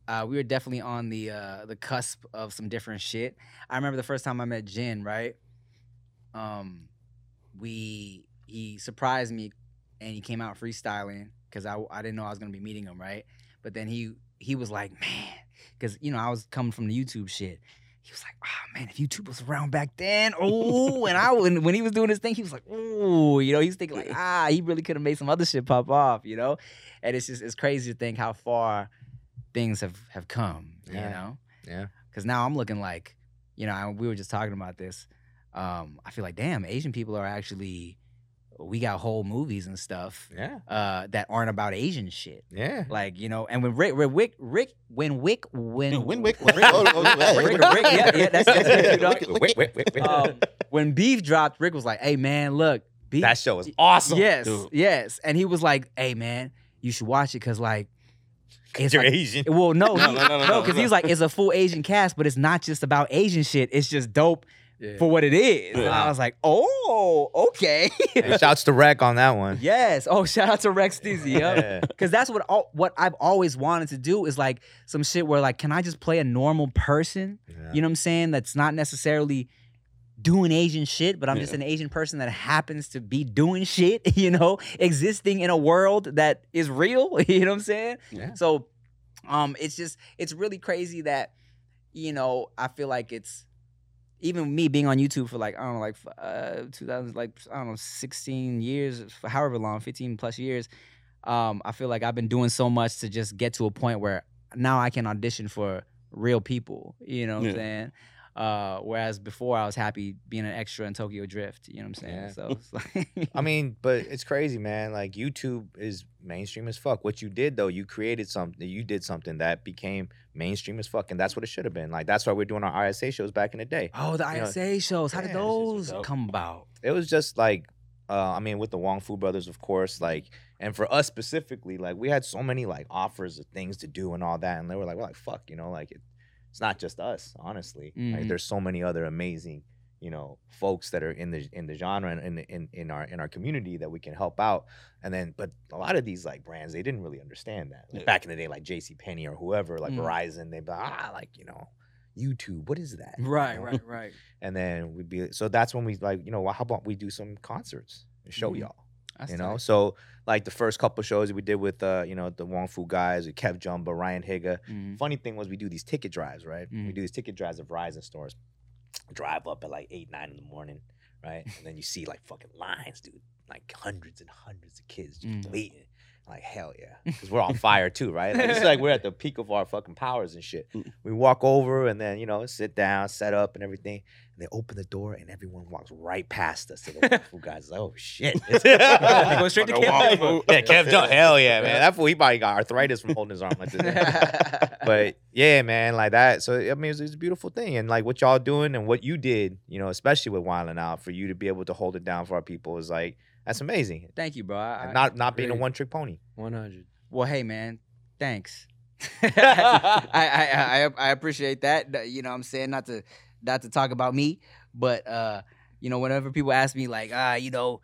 uh, we were definitely on the uh, the cusp of some different shit. I remember the first time I met Jen, right? Um, we he surprised me, and he came out freestyling because I I didn't know I was gonna be meeting him, right? But then he he was like, man, because you know I was coming from the YouTube shit. He was like, oh man, if YouTube was around back then, oh, and I when, when he was doing his thing, he was like, ooh, you know, he's thinking like, ah, he really could have made some other shit pop off, you know? And it's just it's crazy to think how far things have have come, Yeah. you know? Yeah. Because now I'm looking like, you know, I, we were just talking about this. Um, I feel like, damn, Asian people are actually, we got whole movies and stuff Yeah. uh, that aren't about Asian shit. Yeah. Like, you know, and when Rick, Rick, Rick, Rick when Wick, when, when Wick, Rick, oh, oh, yeah. Rick, Rick, yeah, yeah, that's, that's Rick, Wick, Wick, Wick, Wick, Wick. Um, When Beef dropped, Rick was like, hey, man, look. Beef. That show is awesome, Yes, dude. yes. And he was like, hey, man, you should watch it because, like, it's You're like- Asian. Well, no, No, he- no, no, no, no, no, because no. he's like, it's a full Asian cast, but it's not just about Asian shit. It's just dope Yeah. for what it is. And Yeah. I was like, oh, okay. Hey, shouts to Rec on that one. Yes. Oh, shout out to Rex Dizzy. Yeah. Because that's what all, what I've always wanted to do is like some shit where like, can I just play a normal person? You know what I'm saying? That's not necessarily doing Asian shit, but I'm just Yeah. an Asian person that happens to be doing shit, you know, existing in a world that is real. You know what I'm saying? Yeah. So um it's just it's really crazy that, you know, I feel like it's even me being on YouTube for like I don't know, like uh, 2000, like I don't know, 16 years, for however long, 15 plus years. Um, I feel like I've been doing so much to just get to a point where now I can audition for real people. You know what Yeah. I'm saying? Uh, whereas before I was happy being an extra in Tokyo Drift. You know what I'm saying? Yeah. So it's like, I mean, but it's crazy, man. Like YouTube is mainstream as fuck. What you did though, you created something. You did something that became mainstream as fuck, and that's what it should have been. Like that's why we're doing our ISA shows back in the day. oh, the You know, ISA shows. How did those come about? it was just like uh, I mean, with the Wong Fu brothers, of course, like, and for us specifically, like, we had so many like offers of things to do and all that, and they were like, we're like, fuck, you know, like, it, it's not just us, honestly. Like, Mm-hmm. Mhm. there's so many other amazing, you know, folks that are in the in the genre and in, the- in in our in our community that we can help out. And then, but a lot of these like brands, they didn't really understand that Like, back in the day, like J.C. Penney or whoever, like Mm. Verizon, they ah, like you know, YouTube. What is that? You Right, know? right, right. And then we'd be so that's when we like, you know, well, how about we do some concerts and show Mhm. y'all. That's you know, tight. so like the first couple shows we did with uh, you know, the Wong Fu guys, with Kev Jumba, Ryan Higa. Mm-hmm. Funny thing was we do these ticket drives, right? We do these ticket drives at Verizon stores. Drive up at like eight, nine in the morning, right? And then you see like fucking lines, dude. Like hundreds and hundreds of kids just Mm. waiting. Like, hell yeah. Because we're on fire too, right? Like, it's like we're at the peak of our fucking powers and shit. We walk over and then, you know, sit down, set up and everything. And they open the door and everyone walks right past us to the Wong Fu guys. It's like, oh shit. They go straight to Fucking Kev Wong Fu. Yeah, Kev Jung. Hell yeah, man. That fool, he probably got arthritis from holding his arm like this. but yeah, man, like that. So, I mean, it's it's a beautiful thing. And like what y'all doing and what you did, you know, especially with Wildin' Out, for you to be able to hold it down for our people is like, that's amazing. Thank you, bro. I, And not not being a Great. one trick pony. One hundred. Well, hey, man, thanks. I, I, I I appreciate that. Th- You know, what I'm saying not to not to talk about me, but uh, you know, whenever people ask me like, ah, you know,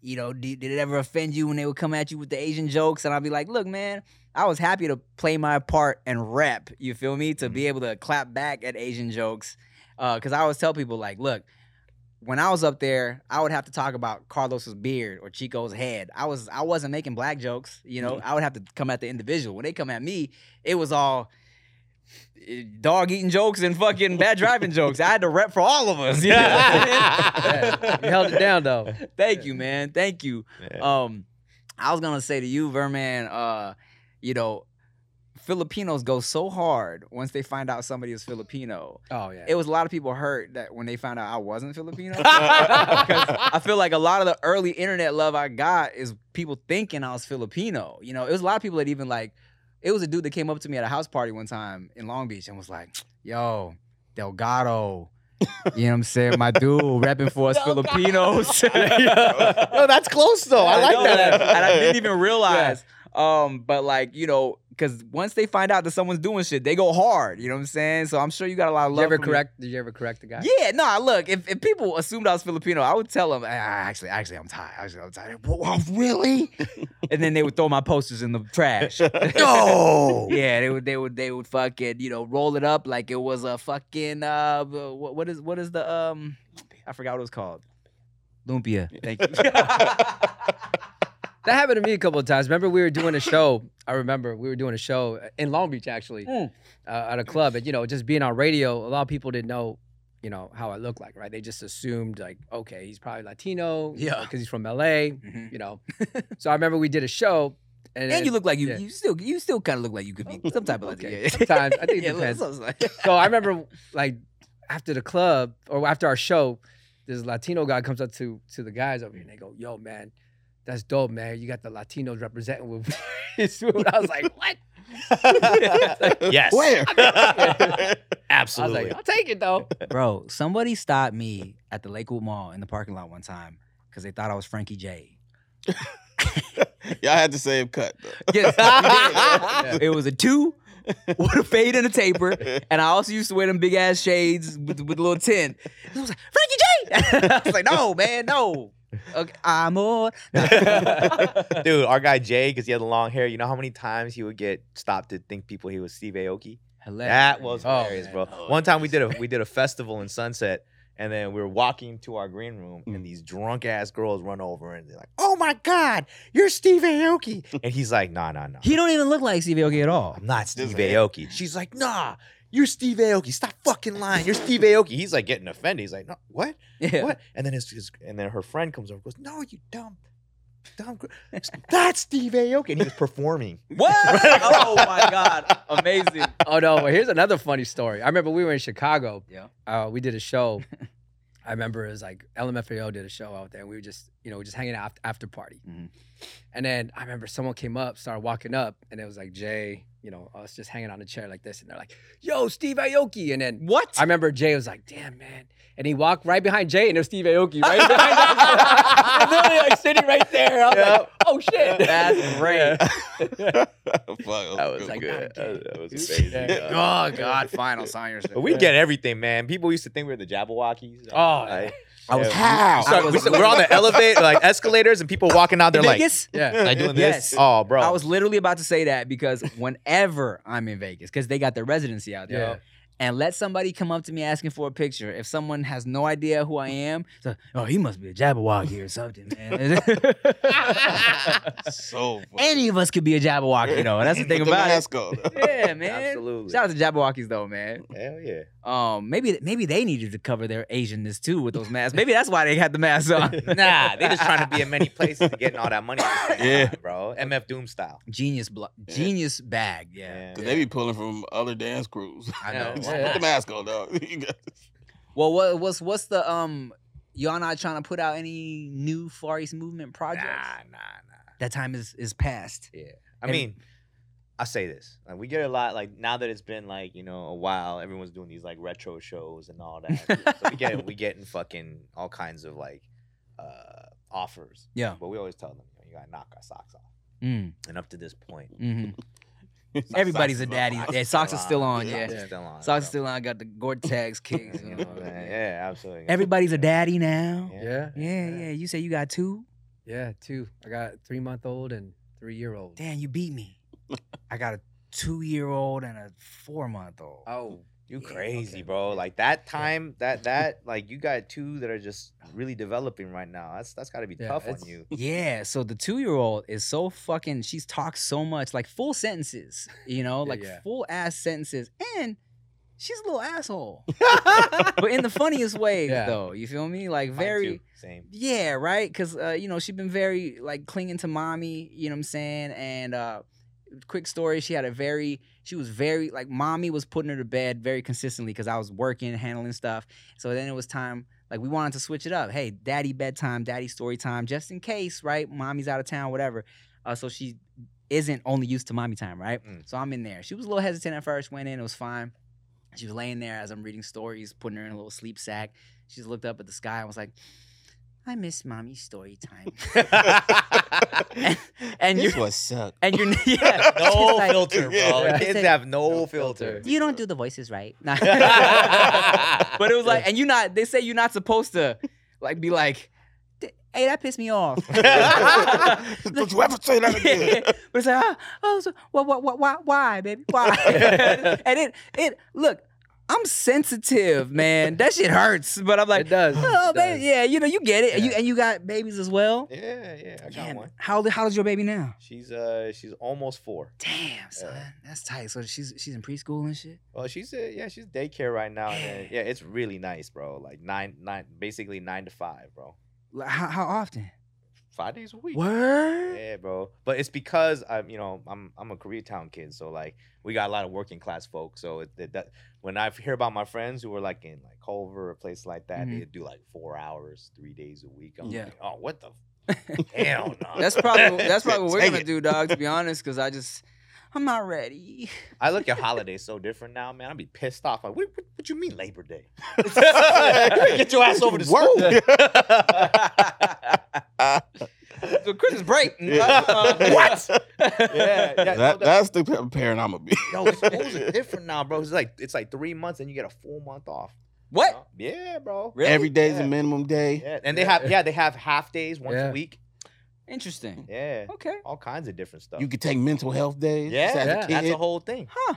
you know, did, did it ever offend you when they would come at you with the Asian jokes? And I'd be like, look, man, I was happy to play my part and rap. You feel me? To be able to clap back at Asian jokes, because I always tell people like, look, when I was up there, I would have to talk about Carlos's beard or Chico's head. I was I wasn't making black jokes, you know. Mhm. I would have to come at the individual. When they come at me, it was all eh, dog eating jokes and fucking bad driving jokes. I had to rep for all of us. Yeah. You held it down though. Thank you, man. Thank you. Yeah. Um I was gonna say to you, Verman, uh, you know, Filipinos go so hard once they find out somebody is Filipino. Oh yeah. It was a lot of people hurt that when they found out I wasn't Filipino. 'Cause I feel like a lot of the early internet love I got is people thinking I was Filipino. You know, it was a lot of people that even like, it was a dude that came up to me at a house party one time in Long Beach and was like, yo, Delgado. You know what I'm saying? My dude rapping for us Filipinos. No, that's close though. Oh, I like know that. And I didn't even realize. Um, but like, you know, because once they find out that someone's doing shit, they go hard. You know what I'm saying? So I'm sure you got a lot of Did love. you ever for me. correct? Did you ever correct the guy? Yeah, no. Nah, look, if, if people assumed I was Filipino, I would tell them. "Ah, actually, actually, I'm tired. Actually, I'm tired. Wow, really? and then they would throw my posters in the trash. No. yeah, they would. They would. They would fucking you know roll it up like it was a fucking uh what, what is what is the um I forgot what it was called. Lumpia. Thank you. That happened to me a couple of times. Remember, we were doing a show. I remember we were doing a show in Long Beach, actually, Hmm. Mm. uh, at a club. And you know, just being on radio, a lot of people didn't know, you know, how I looked like. Right? They just assumed like, okay, he's probably Latino. Yeah. because he's from LA. Mm-hmm. You know. so I remember we did a show, and, And, you look like you. yeah. You still. You still kind of look like you could be some type of. Okay. Sometimes I think it depends. so I remember like after the club or after our show, this Latino guy comes up to to the guys over here and they go, "Yo, man, that's dope, man. You got the Latinos representing with his suit." I was like, "What?" yes. Where? Absolutely. I "Oh, was like, "I'll take it though." Bro, somebody stopped me at the Lakewood Mall in the parking lot one time because they thought I was Frankie J. Y'all had the same cut. Though. Yes, we did. it was a two with a fade and a taper, and I also used to wear them big ass shades with with a little tint. And I was like Frankie J. I was like, no, man, no. Okay, I'm on. Dude, our guy Jay, because he had the long hair, you know how many times he would get stopped to think people he was Steve Aoki? Hilarious. That was Oh, hilarious, man. bro. One time we did a we did a festival in Sunset, and then we were walking to our green room, Mm. and these drunk ass girls run over and they're like, Oh my God, you're Steve Aoki. and he's like, nah, nah, nah. He don't even look like Steve Aoki at all. I'm not Steve Aoki. She's like, nah, you're Steve Aoki. Stop fucking lying. You're Steve Aoki. He's like getting offended. He's like, no, what? Yeah. What? And then his, his and then her friend comes over and goes, No, you dumb, dumb girl. That's Steve Aoki. And he was performing. What? oh my god, amazing. Oh no, but here's another funny story. I remember we were in Chicago. Yeah. Uh, we did a show. I remember it was like LMFAO did a show out there. And we were just, you know, just hanging out after, after party. Mm-hmm. And then I remember someone came up, started walking up, and it was like Jay, you know, us just hanging on a chair like this. And they're like, yo, Steve Aoki. And then what? I remember Jay was like, damn, man. And he walked right behind Jay, and there's Steve Aoki right behind us. And literally like sitting right there. I was like, oh shit. That's great. that was like, good. That, that was amazing. Oh God, final signers. But we get everything, man. People used to think we were the Jabberwockies. Oh, like, I was- Yeah. How? So I was- we, are on the elevator, like escalators, and people walking out. They're like, Vegas? yeah, like doing this. Yes. Oh, bro, I was literally about to say that because whenever I'm in Vegas, because they got their residency out there, and let somebody come up to me asking for a picture. If someone has no idea who I am, it's like, oh, he must be a Jabberwocky or something, man. so Any of us could be a Jabberwocky, you know. and That's the thing With the about mask it. on. Yeah, man. Absolutely. Shout out to Jabberwockies though, man. Hell yeah. Um, maybe maybe they needed to cover their Asianness too with those masks. Maybe that's why they had the masks on. nah, they just trying to be in many places and getting all that money. Yeah. bro. MF Doom style. Genius blo- genius bag. Yeah. Cause they be pulling from other dance crews. I know. Just Yeah. Put the mask on, dog. You got this. Well, what, what's what's the um? Y'all not trying to put out any new Far East movement projects? Nah, nah, nah. That time is is past. Yeah. I And- mean, I say this. Like, we get a lot, like, now that it's been, like, you know, a while, everyone's doing these, like, retro shows and all that. so we get, we getting fucking all kinds of, like, uh, offers. Yeah. But we always tell them, you, know, you gotta knock our socks off. Mm. And up to this point, Mhm. Socks- Everybody's socks a is on. daddy. Socks Yeah, is socks still are still on. on. Yeah, Yeah, socks is still on, Socks is still on. I got the Gore-Tex kicks. You know, all that. yeah, absolutely. Everybody's a daddy now. Yeah. Yeah, yeah. You say you got two? Yeah, two. I got a three month old and three year old. Damn, you beat me. I got a two-year-old and a four-month-old. Oh, you crazy, bro. Like that time, that that like you got two that are just really developing right now. That's that's got to be tough on you. Yeah, so the two year old is so fucking, she's talked so much, like full sentences, you know, like yeah. full ass sentences. And she's a little asshole. but in the funniest way, Yeah. though, you feel me? Like Mine very. too. Same. Yeah, right. Cause uh, you know she's been very like clinging to mommy. You know what I'm saying? And uh, quick story, she had a very, she was very like mommy was putting her to bed very consistently because I was working, handling stuff. So then it was time like we wanted to switch it up. Hey, daddy bedtime, daddy story time, just in case, right? Mommy's out of town, whatever. Uh, so she isn't only used to mommy time, right? Mm. So I'm in there. She was a little hesitant at first. Went in, it was fine. She was laying there as I'm reading stories, putting her in a little sleep sack. She just looked up at the sky and was like, I miss mommy's story time. and, and This you're- what suck. And you're yeah, No she's like- filter, bro. Yeah. Kids She's have no filter. You don't do the voices right. Nah. but it was like, and you're not. They say you're not supposed to, like, be like, "D- hey, that pissed me off. Don't you ever say that again. but it's like, ah, oh, so, why, why, why, why, baby, why? and it, it, look. I'm sensitive, man. That shit hurts, but I'm like, it does. Oh, baby, yeah, you know, you get it, and you and you got babies as well. Yeah, yeah, I got one. How old, how old's your baby now? She's uh she's almost four. Damn, son, that's tight. So she's she's in preschool and shit. Well, she's uh, yeah she's daycare right now. And, uh, yeah, it's really nice, bro. Like nine nine basically nine to five, bro. Like, How, how often? Five days a week. Word? Yeah, bro. But it's because I'm, you know, I'm I'm a Koreatown kid, so like we got a lot of working class folks. So it, it, that when I hear about my friends who were like in like Culver or places like that, Mhm. they do like four hours, three days a week. I'm Yeah. like, oh, what the. f- Hell no. That's probably that's probably what we're Take gonna it. do, dog. To be honest, because I just I'm not ready. I look at holidays so different now, man. I'd be pissed off. Like, what, what, what you mean Labor Day? you better get your ass over to Work. school. so Christmas break. what? uh, Yeah, yeah, no, that, that's the pa- parent I'm gonna be. Yo, schools are different now, bro. It's like it's like three months, and you get a full month off. What? Yeah, bro. Every day's Yeah. a minimum day. Yeah, and they have yeah they have half days once Yeah. a week. Interesting. Yeah. Okay. All kinds of different stuff. You could take mental health days. Yeah, just as yeah. a kid. that's a whole thing. Huh?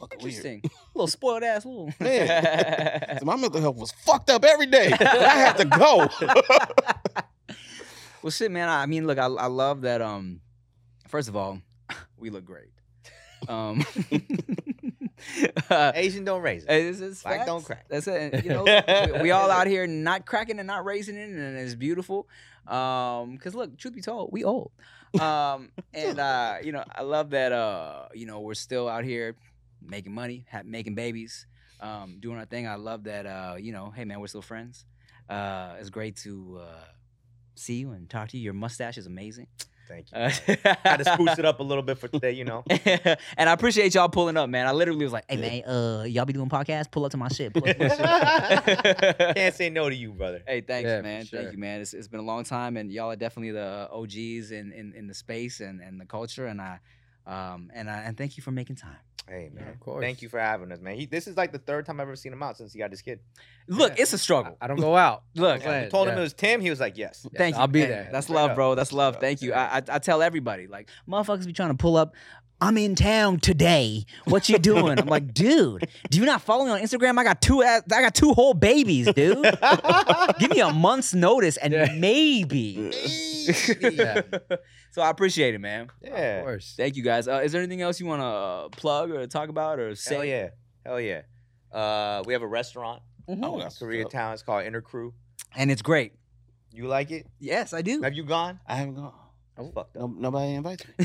Fucking weird. Interesting. little spoiled ass little. Yeah. so my mental health was fucked up every day. but I had to go. Well, shit, man. I I mean, look, I, I love that. Um, first of all, we look great. Um, uh, Asian don't raise it. It's, it's Black facts. don't crack. That's it. And, You know, we, we all out here not cracking and not raising it, and it's beautiful. Um, cause look, truth be told, we old. Um, and uh, you know, I love that. Uh, you know, we're still out here making money, ha- making babies, um, doing our thing. I love that. Uh, you know, hey man, we're still friends. Uh, it's great to uh, see you and talk to you. Your mustache is amazing. Thank you. Had to spruce it up a little bit for today, you know. and I appreciate y'all pulling up, man. I literally was like, "Hey, Yeah. man, uh, y'all be doing podcasts? Pull up to my shit." Pull up to my shit. Can't say no to you, brother. Hey, thanks, Yeah, for man. sure. Thank you, man. It's, it's been a long time, and y'all are definitely the uh, OGs in, in, in the space and, and the culture. And I, um, and I, and thank you for making time. Hey, man. of course. Thank you for having us, man. He, this is like the third time I've ever seen him out since he got his kid. Look, it's a struggle. I don't go out. Look, Yeah, we told him it was Tim. He was like, yes. Thank you. I'll be Hey, there. That's Straight love, up. bro. That's love. Thank you. I, I I tell everybody like motherfuckers be trying to pull up I'm in town today. What you doing? I'm like, dude, do you not follow me on Instagram? I got two ass, I got two whole babies, dude. Give me a month's notice and maybe. Yeah. So I appreciate it, man. Yeah. Of course. Thank you guys. Uh, is there anything else you want to uh, plug or talk about or say? Hell yeah. Hell yeah. Uh, we have a restaurant. Mhm. Oh, that's Koreatown. It's called Inner Crew. And it's great. You like it? Yes, I do. Have you gone? I haven't gone. Oh, fucked up. No, nobody invites me.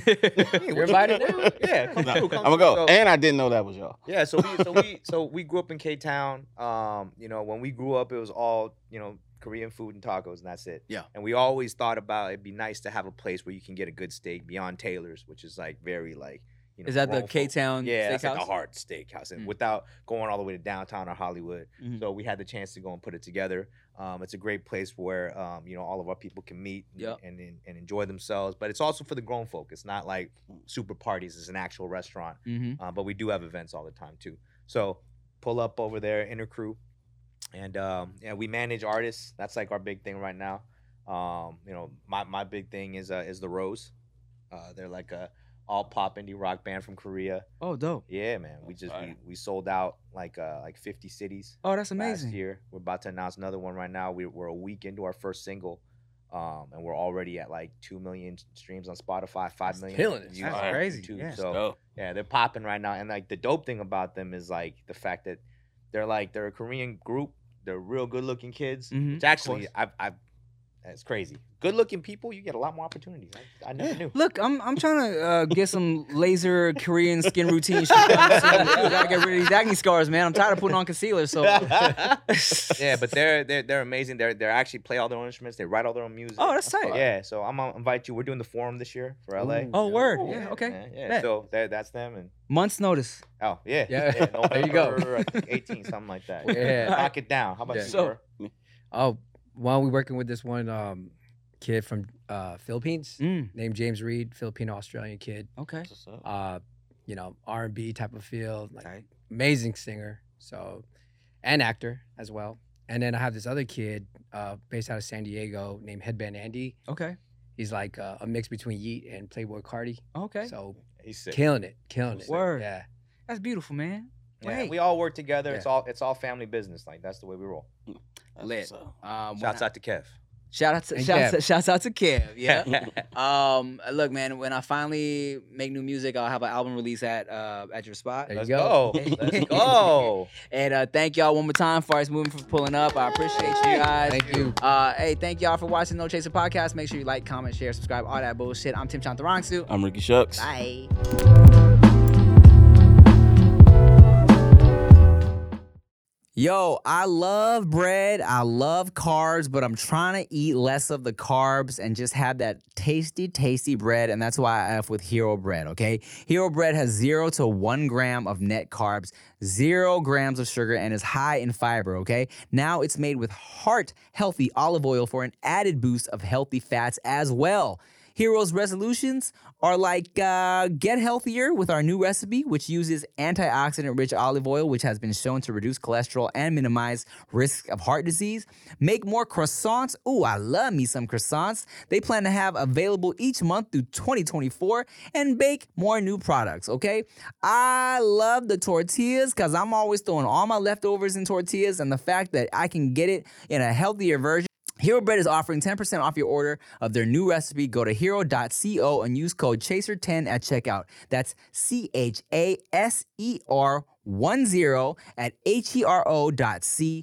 You're invited now? Yeah, come Nah, through, I'm come gonna go. through. So- and I didn't know that was y'all. Yeah, so we so we so we grew up in K Town. Um, you know, when we grew up, it was all you know Korean food and tacos, and that's it. Yeah. And we always thought about it'd be nice to have a place where you can get a good steak beyond Taylor's, which is like very like you know. Is that the grown folk- K-Town Yeah, that's like the steakhouse? hard steakhouse, and Mm. without going all the way to downtown or Hollywood. Hmm. Mm-hmm. So we had the chance to go and put it together. Um, it's a great place where um, you know all of our people can meet and, Yep. and, and and enjoy themselves. But it's also for the grown folk. It's not like super parties. It's an actual restaurant. Mhm. Uh, but we do have events all the time too. So pull up over there, inner crew, and um, yeah, we manage artists. That's like our big thing right now. Um, you know, my, my big thing is uh, is the Rose. Uh, they're like a all pop indie rock band from Korea. Oh, dope. Yeah, man. We just we, we sold out like uh, like 50 cities. Oh, that's Last amazing. year, we're about to announce another one right now. We, we're a week into our first single. Um, and we're already at like two million streams on Spotify, five million. killing it. views That's on crazy. YouTube. Yeah. So Dope. yeah, they're popping right now. And like the dope thing about them is like the fact that they're like they're a Korean group. They're real good looking kids. Mhm. Of Which actually, course. I've, I've that's crazy. Good looking people, you get a lot more opportunities. I, I never knew. Look, I'm I'm trying to uh, get some laser Korean skin routine. Shit done soon. I gotta get rid of these acne scars, man. I'm tired of putting on concealer. So yeah, but they're they're they're amazing. They're they are actually play all their own instruments. They write all their own music. Oh, that's tight. Yeah, so I'm gonna invite you. We're doing the forum this year for LA. Ooh. Oh, word. Yeah, okay. man, Yeah, Bet. so that, that's them and months notice. oh yeah, Yeah. There you go. November, I think, 18 something like that. Yeah. knock it down. How about Yeah. you? So- bro? Oh, while we working with this one um, kid from uh, Philippines named James Reed, Filipino Australian kid. Mm, Okay. Uh, you know R and B type of feel, like amazing singer. So, and actor as well. And then I have this other kid uh, based out of San Diego named Headband Andy. Okay. He's like uh, a mix between Yeet and Playboy Cardi. Okay. So he's sick. killing it, killing it. Word. Yeah. That's beautiful, man. Yeah, Wait. we all work together. It's Yeah. all it's all family business. Like that's the way we roll. Lit. Um, Shouts out to Kev. Shout out to And shouts, Kev. shouts out to Kev. Yeah. um, look, man, when I finally make new music, I'll have an album release at uh, at your spot. There you Let's go. go. Let's go. And uh, thank y'all one more time, Forest Movement, for pulling up. I appreciate you guys. Thank you. Uh, hey, thank y'all for watching No Chaser podcast. Make sure you like, comment, share, subscribe, all that bullshit. I'm Tim Chantarangsu. I'm Ricky Shucks. Bye. Yo, I love bread. I love carbs, but I'm trying to eat less of the carbs and just have that tasty, tasty bread. And that's why I F with Hero Bread, okay? Hero Bread has zero to one gram of net carbs, zero grams of sugar, and is high in fiber, okay? Now it's made with heart healthy olive oil for an added boost of healthy fats as well. Hero's resolutions are like uh, get healthier with our new recipe, which uses antioxidant rich olive oil, which has been shown to reduce cholesterol and minimize risk of heart disease. Make more croissants. Ooh, I love me some croissants. They plan to have available each month through 2024 and bake more new products, okay? I love the tortillas because I'm always throwing all my leftovers in tortillas, and the fact that I can get it in a healthier version. Hero Bread is offering 10% off your order of their new recipe. Go to hero.co and use code CHASER10 at checkout. That's C H A S E R 10 at H E R O dot C